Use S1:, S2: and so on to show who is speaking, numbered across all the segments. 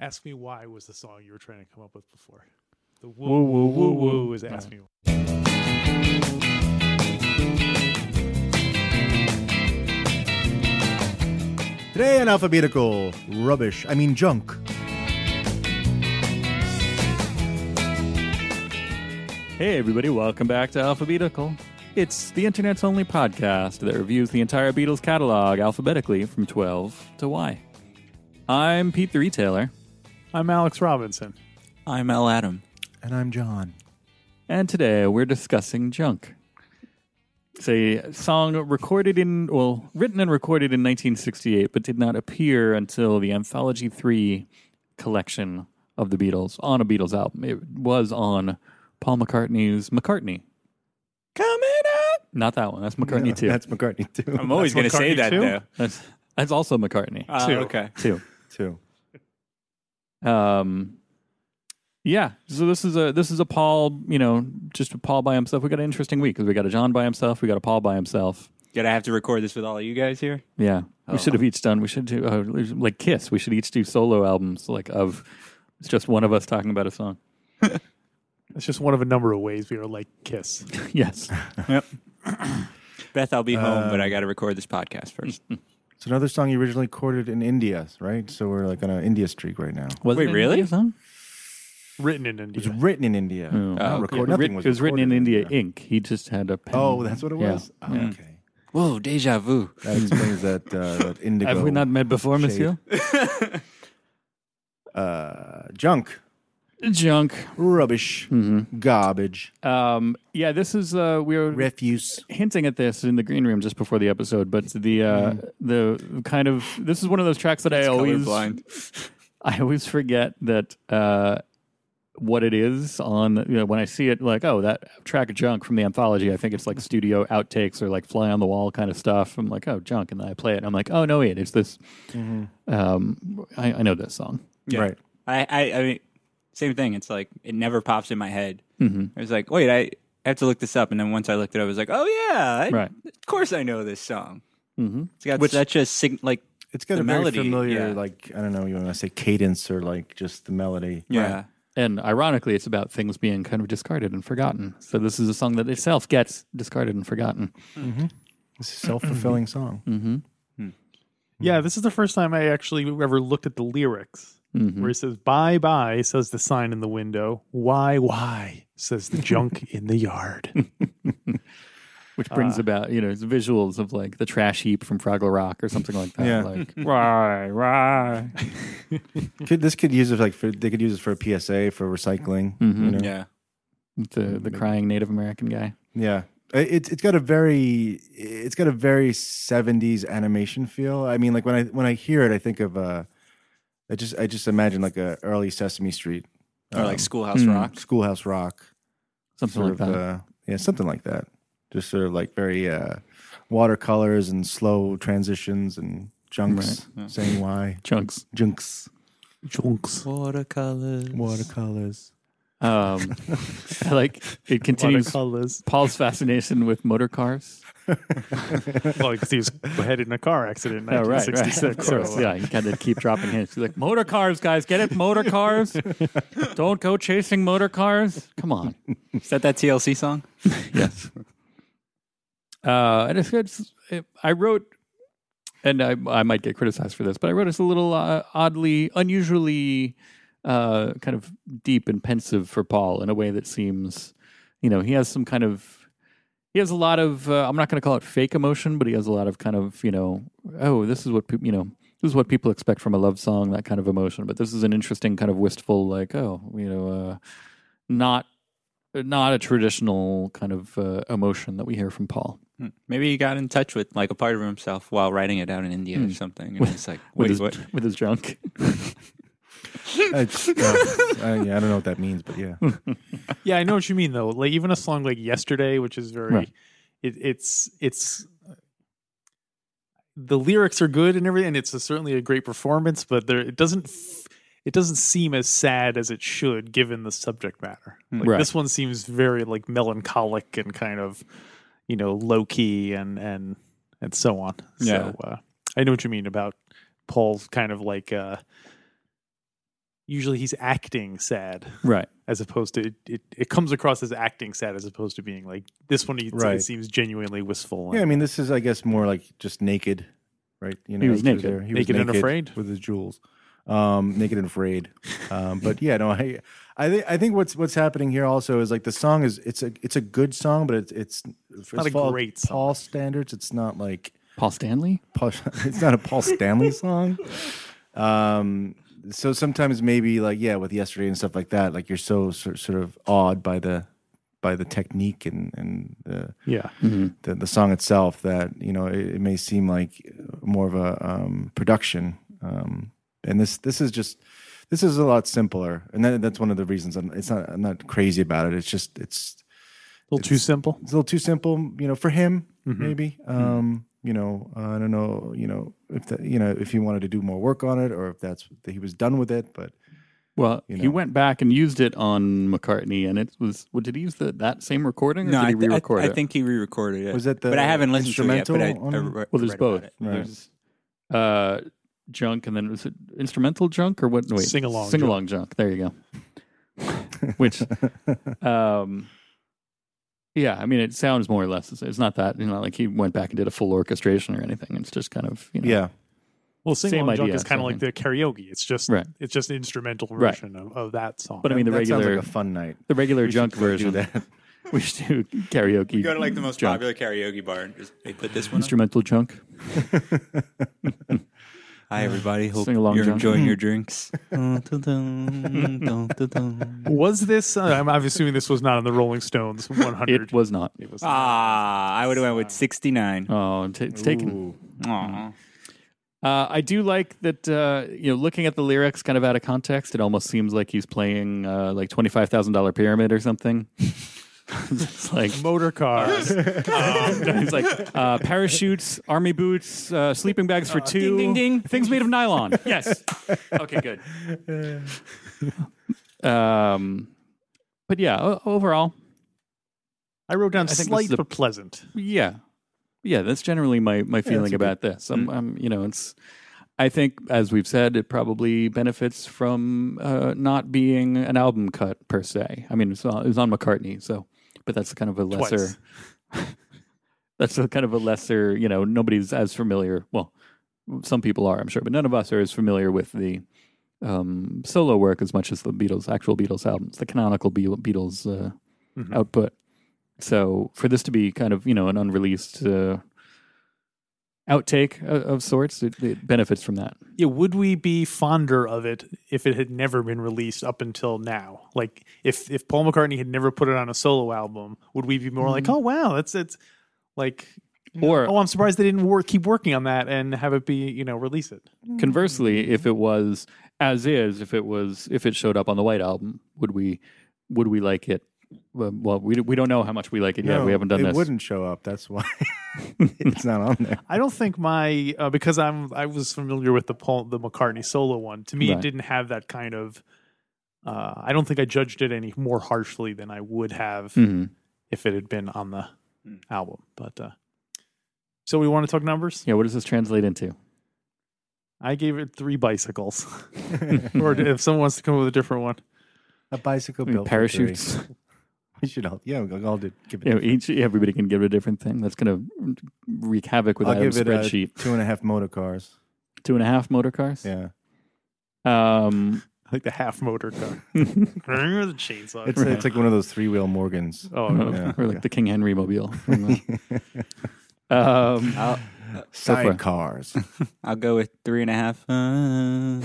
S1: Ask Me Why was the song you were trying to come up with before. The
S2: Woo,
S1: woo
S2: woo,
S1: woo woo
S2: woo,
S1: woo
S2: woo.
S1: is Ask Me Why.
S3: Today on Alphabetical Rubbish, I mean junk.
S2: Hey, everybody, welcome back to Alphabetical. It's the internet's only podcast that reviews the entire Beatles catalog alphabetically from 12 to Y. I'm Pete the Retailer.
S1: I'm Alex Robinson.
S4: I'm L. Adam.
S3: And I'm John.
S2: And today we're discussing junk. It's a song recorded in, well, written and recorded in 1968, but did not appear until the Anthology 3 collection of the Beatles on a Beatles album. It was on Paul McCartney's McCartney.
S4: Coming up.
S2: Not that one. That's McCartney
S3: No,
S2: 2.
S3: That's McCartney too.
S4: I'm always going to
S1: That's
S4: say
S1: McCartney
S4: that
S1: too?
S4: though.
S2: That's, that's also McCartney
S4: Ah,
S1: Two.
S4: okay.
S2: too.
S3: too.
S2: Um, yeah. So this is a this is a Paul. You know, just a Paul by himself. We got an interesting week because we got a John by himself. We got a Paul by himself.
S4: Did I have to record this with all of you guys here?
S2: Yeah.
S4: Oh.
S2: We should have each done. We should do uh, like Kiss. We should each do solo albums like of. It's just one of us talking about a song.
S1: That's just one of a number of ways we are like Kiss.
S2: yes.
S4: Beth, I'll be home, but
S3: Um,
S4: I got to record this podcast first.
S3: It's another song you originally recorded in India, right? So we're like on an India streak right now.
S2: Was
S4: Wait,
S2: it an
S4: really?
S2: India song?
S1: Written in
S3: It was
S1: India.
S3: written in India.
S2: Oh.
S3: Not
S4: Oh,
S3: record-
S2: Yeah,
S3: nothing
S2: writ-
S3: was
S2: it was written in
S3: recorded
S2: India Inc. He just had a pen.
S3: Oh, that's what it
S2: Yeah.
S3: was. Oh,
S2: Yeah.
S3: Okay,
S4: Whoa, deja vu.
S3: that explains that. Uh, that indigo.
S2: Have we not met before,
S3: Shade.
S2: Monsieur?
S3: Uh, junk,
S2: Junk.
S3: rubbish,
S2: Mm-hmm.
S3: garbage,
S2: Um, yeah, this is uh, we are
S3: refuse.
S2: hinting at this in the green room just before the episode, but the uh,
S3: Mm-hmm.
S2: the kind of this is one of those tracks that I always
S4: Colorblind.
S2: I always forget that uh, what it is on you know when I see it like oh that track of junk from the anthology I think it's like studio outtakes or like fly on the wall kind of stuff I'm like oh junk and then I play it and I'm like oh no wait it's this
S3: Mm-hmm.
S2: um, I, I know this song
S4: Yeah.
S3: Right.
S4: I, I, I mean, same thing. It's like it never pops in my head. Mm-hmm. I was like, wait, I have to look this up, and then once I looked it up, I was like, oh yeah, I,
S2: Right.
S4: Of course, I know this song.
S2: Mhm.
S4: It's got such a sig- like.
S3: It's got
S4: The
S3: a very
S4: melody,
S3: familiar,
S4: yeah.
S3: like I don't know, you want to say cadence or like just the melody.
S4: Yeah.
S2: and ironically it's about things being kind of discarded and forgotten so this is a song that itself gets discarded and forgotten
S3: It's a self fulfilling song.
S1: Yeah, this is the first time I actually ever looked at the lyrics.
S2: Mm-hmm.
S1: Where he says, bye bye, says the sign in the window. Why, why, says the junk in the yard.
S2: which brings
S3: Ah.
S2: about you know visuals of like the trash heap from Fraggle Rock or something like that.
S3: Yeah.
S2: Like right, right.
S3: Could, this could use it like for, they could use it for a PSA for recycling. You know?
S4: Yeah.
S2: The the crying Native American guy.
S3: Yeah. It's it's got a very it's got a very seventies animation feel. I mean, like when I when I hear it, I think of uh, I just I just imagine like a early Sesame Street
S4: Or like
S3: um,
S4: Schoolhouse Rock.
S3: Schoolhouse Rock,
S2: Something
S3: sort
S2: like
S3: of
S2: that.
S3: uh, yeah, something like that. Just sort of like very uh, watercolors and slow transitions and junks saying why
S2: Chunks.
S3: junks
S1: Junks.
S4: Watercolors.
S3: watercolors.
S2: Um, I like it continues
S1: Watercolors.
S2: Paul's fascination with motor cars.
S1: well, because he was beheaded in a car accident in
S2: Oh, right, right.
S1: 1966.
S2: Of course,
S1: so, uh,
S2: yeah, you kind of keep dropping hints. He's like, motor cars, guys, get it? Motor cars. Don't go chasing motor cars. Come on.
S4: Is that that TLC song?
S2: yes. Uh, and it's, it's it, I wrote, and I, I might get criticized for this, but I wrote it's a little uh, oddly, unusually uh, kind of deep and pensive for Paul in a way that seems, you know, he has some kind of. He has a lot of. Uh, I'm not going to call it fake emotion, but he has a lot of kind of you know. Oh, this is what peop you know. This is what people expect from a love song. That kind of emotion. But this is an interesting kind of wistful, like oh, you know, uh, not not a traditional kind of uh, emotion that we hear from Paul
S4: Hmm. Maybe he got in touch with like a part of himself while writing it out in India or something. And it's like,
S2: Hmm. with
S4: wait,
S2: his
S4: what?
S2: with his junk.
S3: It's, uh, I, yeah, I don't know what that means, but yeah,
S1: Yeah, I know what you mean though. Like even a song like "Yesterday," which is very,
S2: Right.
S1: it, it's it's the lyrics are good and everything, and it's a, certainly a great performance. But there, it doesn't f- it doesn't seem as sad as it should given the subject matter. Like,
S2: Hmm. Right.
S1: This one seems very like melancholic and kind of you know low key and and and so on.
S4: Yeah.
S1: So uh, I know what you mean about Paul's kind of like. uh usually he's acting sad
S2: Right.
S1: as opposed to it, it, it comes across as acting sad as opposed to being like this one. It,
S3: Right.
S1: it seems genuinely wistful.
S3: Yeah, I mean, this is, I guess, more like just naked, right? You know,
S2: He was naked.
S3: there. He
S1: Naked and afraid.
S3: with his jewels, um, naked and afraid.
S2: uh,
S3: Um, but yeah, no, I, I think, I think what's what's happening here also is like the song is it's a it's a good song, but it's it's
S1: not
S3: as
S1: a
S3: far as
S1: great song.
S3: Paul standards. It's not like
S2: Paul Stanley.
S3: Paul, it's not a Paul Stanley song. Um, so sometimes maybe like yeah, with yesterday and stuff like that, like you're so sort sort of awed by the by the technique and and the
S1: yeah.
S3: the, the song itself that you know it, it may seem like more of a um, production um, and this this is just this is a lot simpler and that, that's one of the reasons I'm it's not I'm not crazy about it it's just it's
S1: A little too simple.
S3: it's a little too simple you know for him
S1: Mhm.
S4: Mm-hmm.
S3: maybe um, you know I don't know you know if the, you know if he wanted to do more work on it or if that's that he was done with it but
S2: Well,
S3: You
S2: he
S3: know.
S2: went back and used it on McCartney, and it was. What, did he use the, that same recording, or
S4: No,
S2: did
S4: I,
S2: he
S4: th- I,
S2: re-record
S4: I
S2: it?
S4: think he re-recorded it.
S3: Was that the
S4: But I haven't listened to it yet. But I,
S3: instrumental
S4: I
S3: on-
S4: re-
S2: Well, there's
S4: read about
S2: both.
S4: it.
S3: Right.
S4: There's-
S2: uh, junk, and then was it instrumental junk or what? Wait,
S1: Sing-along
S2: sing along junk. There you go. Which, um, yeah, I mean, it sounds more or less. It's, it's not that you know, like he went back and did a full orchestration or anything. It's just kind of you know,
S3: yeah
S1: Well, sing
S2: Same
S1: along junk
S2: idea,
S1: is kind of
S2: same
S1: like the karaoke. It's just
S2: Right.
S1: it's just an instrumental
S2: Right.
S1: version of, of that song.
S2: But I mean, the
S3: that sounds
S2: regular,
S3: like a fun night
S2: the regular
S3: We should
S2: junk
S3: go
S2: version.
S3: do that.
S2: We should do karaoke.
S4: You go to like the most
S2: junk.
S4: popular karaoke bar and just they put this one. on.
S2: instrumental junk.
S4: Hi everybody, hope
S2: Sing along,
S4: you're
S2: John. Hmm.
S4: enjoying your drinks.
S1: was this? Uh, I'm, I'm assuming this was not on the Rolling Stones 100.
S2: It was not.
S1: It was
S4: ah, I would have went with sixty nine.
S2: Oh, t- it's taken.
S3: Ooh.
S4: Aw.
S2: Uh, I do like that. Uh, you know, looking at the lyrics, kind of out of context, it almost seems like he's playing uh, like twenty five thousand dollar pyramid or something. it's like
S1: motor cars.
S2: he's like uh, parachutes, army boots, uh, sleeping bags for two,
S4: ding, ding.
S2: things made of nylon. yes. Okay. Good. Um, but yeah, o- overall,
S1: I wrote down
S2: I think this
S1: slight
S2: is the-
S1: but pleasant.
S2: Yeah. Yeah, that's Mm. generally my, my feeling about this. I'm, I'm, you know, it's, I think, as we've said, it probably benefits from uh, not being an album cut per se. I mean, it's on, it was on McCartney, so, but that's kind of a lesser,
S1: Twice.
S2: that's a kind of a lesser, you know, nobody's as familiar. Well, some people are, I'm sure, but none of us are as familiar with the um, solo work as much as the Beatles, actual Beatles albums, the canonical Be- Beatles uh,
S3: Mm-hmm.
S1: Mhm.
S2: output. So for this to be kind of you know an unreleased uh, outtake of, of sorts, it, it benefits from that.
S1: Yeah, would we be fonder of it if it had never been released up until now? Like if if Paul McCartney had never put it on a solo album, would we be more like, oh wow, that's it's like
S2: Or
S1: oh I'm surprised they didn't work keep working on that and have it be you know release it.
S2: conversely, if it was as is, if it was if it showed up on the White Album, would we would we like it? Well, well, we we don't know how much we like it yet.
S3: No,
S2: We haven't done
S3: it
S2: this.
S3: wouldn't show up that's why it's not on there
S1: I don't think my uh, because I'm I was familiar with the Paul the McCartney solo one. To me,
S2: Right.
S1: it didn't have that kind of. Uh, I don't think I judged it any more harshly than I would have
S2: Mhm.
S1: if it had been on the
S4: Hmm.
S1: album. But uh, so we want to talk numbers.
S2: Yeah, what does this translate into?
S1: I gave it three bicycles. or if someone wants to come up with a different one,
S3: A
S2: I
S3: bicycle
S2: mean,
S3: built for three.
S2: Mm, parachutes.
S3: We should all, yeah, we'll all do, give it.
S2: you know, each everybody can give it a different thing. That's going to wreak havoc with
S3: I'll
S2: Adam's
S3: give it a
S2: spreadsheet.
S3: two and a half motor cars.
S2: Two and a half motor cars.
S3: Yeah,
S2: Um,
S1: like the half motor car, the chainsaw.
S3: it's it's like one of those three wheel Morgans.
S1: oh,
S2: or
S1: no.
S3: Yeah.
S2: or like the King Henry mobile. from, uh, um,
S4: I'll
S3: Side cars.
S4: I'll go with three and a half. Uh,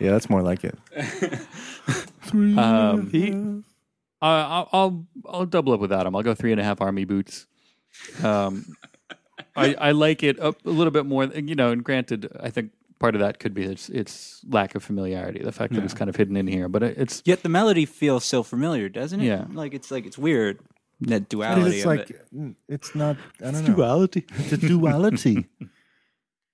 S3: yeah, that's more like it.
S2: um,
S1: He-
S2: I- I'll, I'll I'll double up with Adam. I'll go three and a half army boots. Um, I I like it a, a little bit more. You know, and granted, I think part of that could be its its lack of familiarity, the fact that it's kind of hidden in here. But it, it's
S4: Yet the melody feels so familiar, doesn't it?
S2: Yeah.
S4: Like it's like it's weird that
S3: But
S4: duality.
S3: it's
S4: of
S3: like mm,
S4: it.
S3: it's not. I don't know. Oh, It's a duality.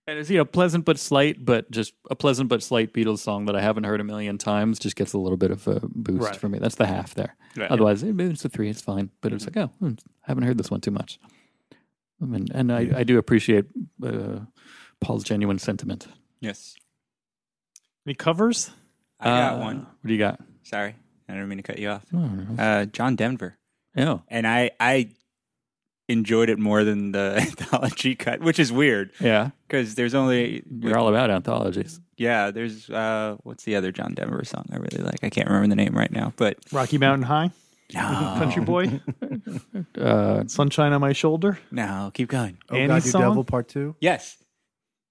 S2: And it's you know pleasant but slight, but just a pleasant but slight Beatles song that I haven't heard a million times. Just gets a little bit of a boost
S1: Right.
S2: for me. That's the half there.
S4: Right.
S2: Otherwise, it- it's a three. It's fine. But it's like, oh, hmm, I haven't heard this one too much. I mean, and I, I do appreciate uh, Paul's genuine sentiment.
S4: yes.
S1: Any covers?
S4: I got
S2: Uh,
S4: one.
S2: What do you got?
S4: Sorry, I didn't mean to cut you off.
S2: Oh,
S4: Uh, John Denver.
S2: yeah.
S4: and I I enjoyed it more than the anthology cut, which is weird
S2: Yeah.
S4: because there's only
S2: You're all about anthologies.
S4: yeah there's uh what's the other John Denver song I really like I can't remember the name right now, but
S1: Rocky Mountain High,
S4: no
S1: Country Boy,
S2: Uh,
S1: Sunshine on My Shoulder.
S4: no keep going
S3: Oh
S1: Annie's
S3: God, you
S1: song?
S3: devil part two.
S4: yes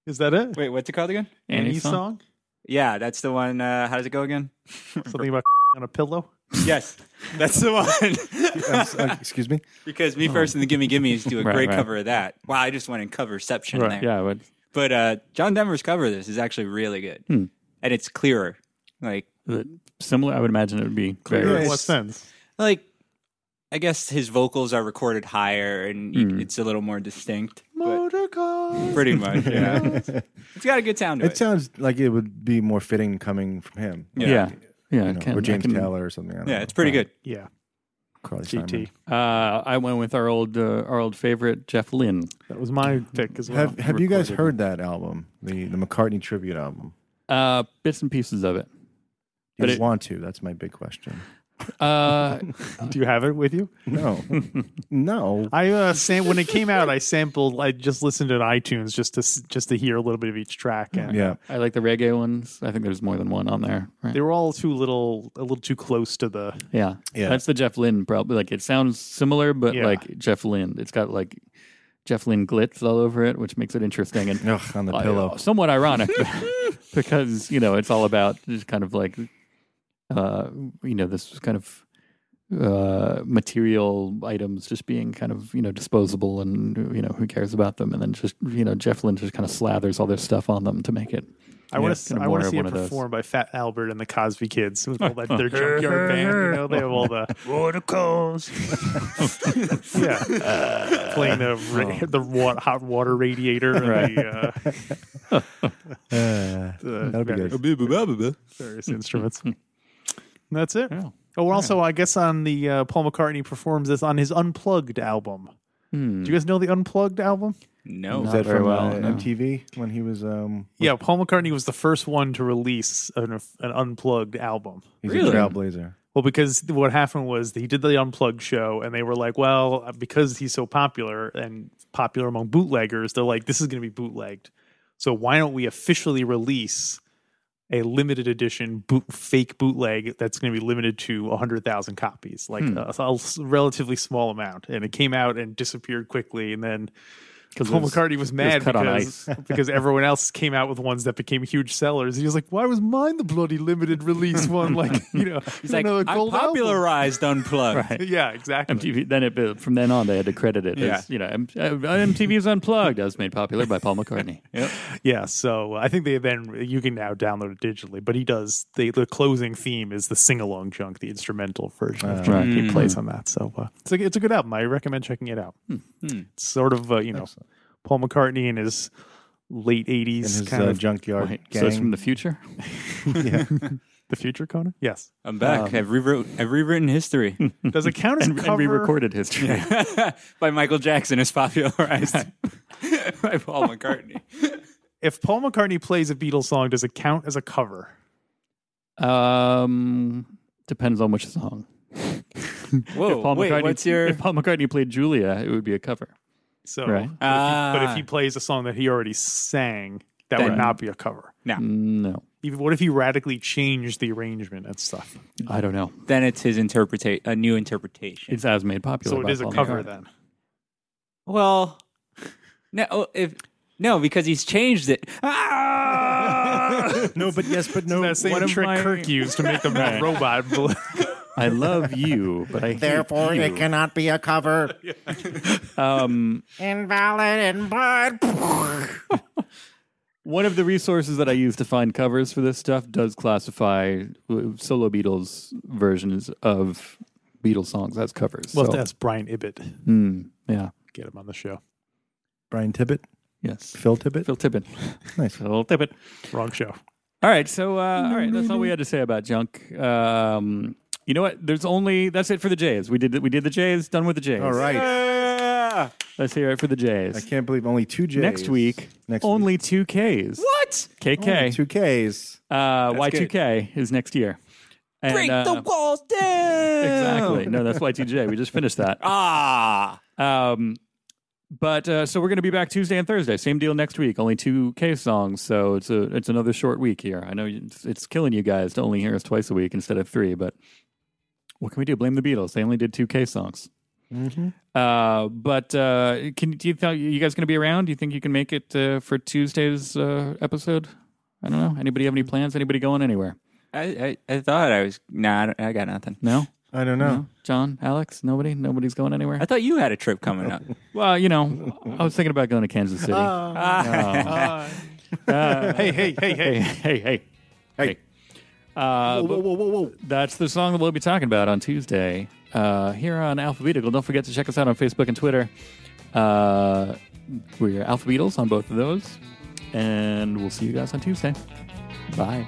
S1: Is that it?
S4: wait what's it called again
S2: Annie's
S1: Annie's song?
S4: yeah that's the one uh, how does it go again
S1: Something about on a pillow.
S4: yes that's the
S3: I'm
S4: one
S3: s- uh, excuse me.
S4: because me first and the gimme gimmes do a
S2: Right,
S4: great
S2: right.
S4: cover of that wow I just went in coverception there
S2: Yeah, but
S4: but uh John Denver's cover of this is actually really good
S2: Hmm.
S4: and it's clearer like
S2: is it similar, I would imagine it would be
S1: Clear
S2: very
S1: in
S3: Yes.
S1: what sense?
S4: like I guess his vocals are recorded higher and y-
S2: Hmm.
S4: it's a little more distinct. But
S1: Motor car.
S4: pretty much, yeah. it's got a good sound to it.
S3: It sounds like it would be more fitting coming from him.
S4: Yeah.
S2: yeah, yeah.
S3: You
S2: it
S3: know,
S2: can-
S3: or
S2: I
S3: James
S2: can-
S3: Taylor or something. I don't
S4: yeah,
S3: know.
S4: it's pretty good.
S1: Yeah,
S3: Carly
S1: GT.
S3: Simon.
S2: Uh, I went with our old uh, our old favorite Jeff Lynne.
S1: That was my pick as well.
S3: Have Have you guys
S2: recorded.
S3: heard that album, the the McCartney tribute album?
S2: Uh, bits and pieces of it.
S3: Do
S2: But
S3: you
S2: it-
S3: want to? That's my big question.
S2: Uh,
S1: Do you have it with you?
S3: No, no.
S1: I uh, sam- when it came out, I sampled. I just listened to iTunes just to s- just to hear a little bit of each track, and
S3: Yeah,
S2: I like the reggae ones. I think there's more than one on there. Right?
S1: they were all too little, a little too close to the.
S2: Yeah,
S3: Yeah.
S2: That's the Jeff Lynne probably. Like it sounds similar, but
S1: Yeah.
S2: like Jeff Lynne, it's got like Jeff Lynne glitz all over it, which makes it interesting and
S3: Ugh, on the
S2: uh,
S3: pillow.
S2: somewhat ironic because you know it's all about just kind of like uh, you know this kind of uh material items just being kind of you know disposable and you know who cares about them and then just you know jeff lynne just kind of slathers all this stuff on them to make it
S1: I want
S2: Yeah.
S1: to.
S2: Kinda
S1: I
S2: more
S1: want to see
S2: one
S1: it
S2: of those.
S1: performed by Fat Albert and the Cosby Kids with all that their junkyard band. You know, they have all the yeah, playing the
S2: Oh.
S1: ra- the wa- hot water radiator and the, uh,
S3: Uh,
S1: the
S3: that'll be
S1: various,
S3: good.
S1: various instruments. And that's it.
S2: Yeah.
S1: Oh, and also, I guess on the uh, Paul McCartney performs this on his Unplugged album.
S2: Hmm.
S1: Do you guys know the Unplugged album?
S4: No.
S3: Is
S2: Not
S3: that
S2: very
S3: from
S2: well,
S3: uh,
S2: no.
S3: MTV when he was um?
S1: Yeah, Paul McCartney was the first one to release an, an Unplugged album.
S3: He's
S4: Really?
S3: a trailblazer.
S1: Well, because what happened was he did the unplugged show, and they were like, "Well, uh, because he's so popular and popular among bootleggers, they're like, this is going to be bootlegged. So why don't we officially release a limited edition boot, fake bootleg that's going to be limited to hundred thousand copies, like a, a s- relatively small amount?" And it came out and disappeared quickly, and then.
S2: because
S1: Paul McCartney was mad
S2: cut on
S1: because, because everyone else came out with ones that became huge sellers. He was like, "Why was mine the bloody limited release one?" Like, you know,
S4: He's like, I popularized Unplugged.
S1: Yeah, exactly.
S2: MTV. Then it uh, from then on they had to credit it
S4: Yeah.
S2: as you know M- uh, MTV's Unplugged as made popular by Paul McCartney.
S1: Yeah, so I think they then you can now download it digitally. But he does the the closing theme is the sing along chunk, the instrumental version of
S2: right.
S1: chunk he plays on that. So uh, it's a it's a good album. I recommend checking it out. It's sort of uh, you know Paul McCartney in his late
S3: And
S1: eighties
S3: his
S1: kind
S3: uh,
S1: of
S3: junkyard
S2: Right.
S3: gang.
S2: So it's from the future.
S1: the future Conan. Yes,
S4: I'm back. I've, rewrote, I've rewritten history
S1: does it count as
S2: and,
S1: cover?
S2: and re-recorded history.
S4: by Michael Jackson is popularized by Paul McCartney.
S1: If Paul McCartney plays a Beatles song, does it count as a cover?
S2: Um, depends on which song.
S4: Whoa, wait,
S2: McCartney,
S4: what's your?
S2: if Paul McCartney played Julia, it would be a cover.
S1: So, but,
S2: Right.
S1: if he, but if
S4: Ah.
S1: he plays a song that he already sang, that would
S4: Then-
S1: not be a cover.
S2: No,
S1: Even what if he radically changed the arrangement and stuff?
S2: I don't know.
S4: Then it's his interpretation, a new interpretation.
S2: It's as made popular.
S1: So it
S2: by
S1: is a
S2: Paul
S1: cover
S2: McCartney.
S1: then.
S4: Well, no, oh, if no, because he's changed it. Ah!
S3: no, but yes, but no.
S1: That same
S4: one of
S1: trick
S4: my-
S1: Kirk used to make the robot. bl-
S2: I love you, but I hate
S5: Therefore,
S2: you.
S5: it cannot be a cover.
S2: Um,
S5: Invalid and blood.
S2: one of the resources that I use to find covers for this stuff does classify uh, solo Beatles versions of Beatles songs as covers.
S1: We'll have
S2: so,
S1: to ask Brian Ibbett.
S2: Mm, yeah.
S1: Get him on the show.
S3: Brian Tibbett,
S2: Yes.
S3: Phil Tibbett.
S2: Phil Tippett.
S3: Nice.
S2: Phil Tippett.
S1: Wrong show.
S2: All right, so uh, all right, that's all we had to say about junk. Um, you know what? There's only that's it for the Jays. We did the- we did the Jays. Done with the Jays.
S3: All right.
S4: Yeah.
S2: Let's hear it for the J's.
S3: I can't believe only two J's
S2: Next week,
S3: Next
S2: only two Ks.
S4: What?
S2: KK.
S3: two Ks.
S2: uh,
S4: That's good.
S2: Y2K is next year. And,
S4: Break the
S2: uh,
S4: walls down.
S2: Exactly. No, that's Y2J. We just finished that.
S4: Ah.
S2: Um, but uh, so we're going to be back Tuesday and Thursday. Same deal next week. Only two K songs, so it's a it's another short week here. I know you- it's, it's killing you guys to only hear us twice a week instead of three, but what can we do? Blame the Beatles. They only did two K songs. Uh, but uh, can do you think you guys going to be around? Do you think you can make it uh, for Tuesday's uh, episode? I don't know. Anybody have any plans? Anybody going anywhere?
S4: I, I, I thought I was. Nah, I, don't- I got nothing.
S2: No.
S3: I don't know.
S2: John, Alex, nobody, nobody's going anywhere.
S4: I thought you had a trip coming up.
S2: Well, you know, I was thinking about going to Kansas City.
S3: Uh,
S1: hey, hey, hey,
S2: hey,
S1: hey.
S2: hey, hey.
S3: Hey.
S2: Uh,
S3: Whoa,
S2: but
S3: whoa, whoa, whoa.
S2: that's the song that we'll be talking about on Tuesday uh, here on Alphabetical. Don't forget to check us out on Facebook and Twitter. Uh, we're Alphabetals on both of those. And we'll see you guys on Tuesday. Bye.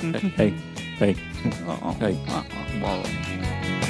S2: Hey, hey, hey.
S4: Oh.
S2: hey.
S4: uh-uh. Oh, oh, oh.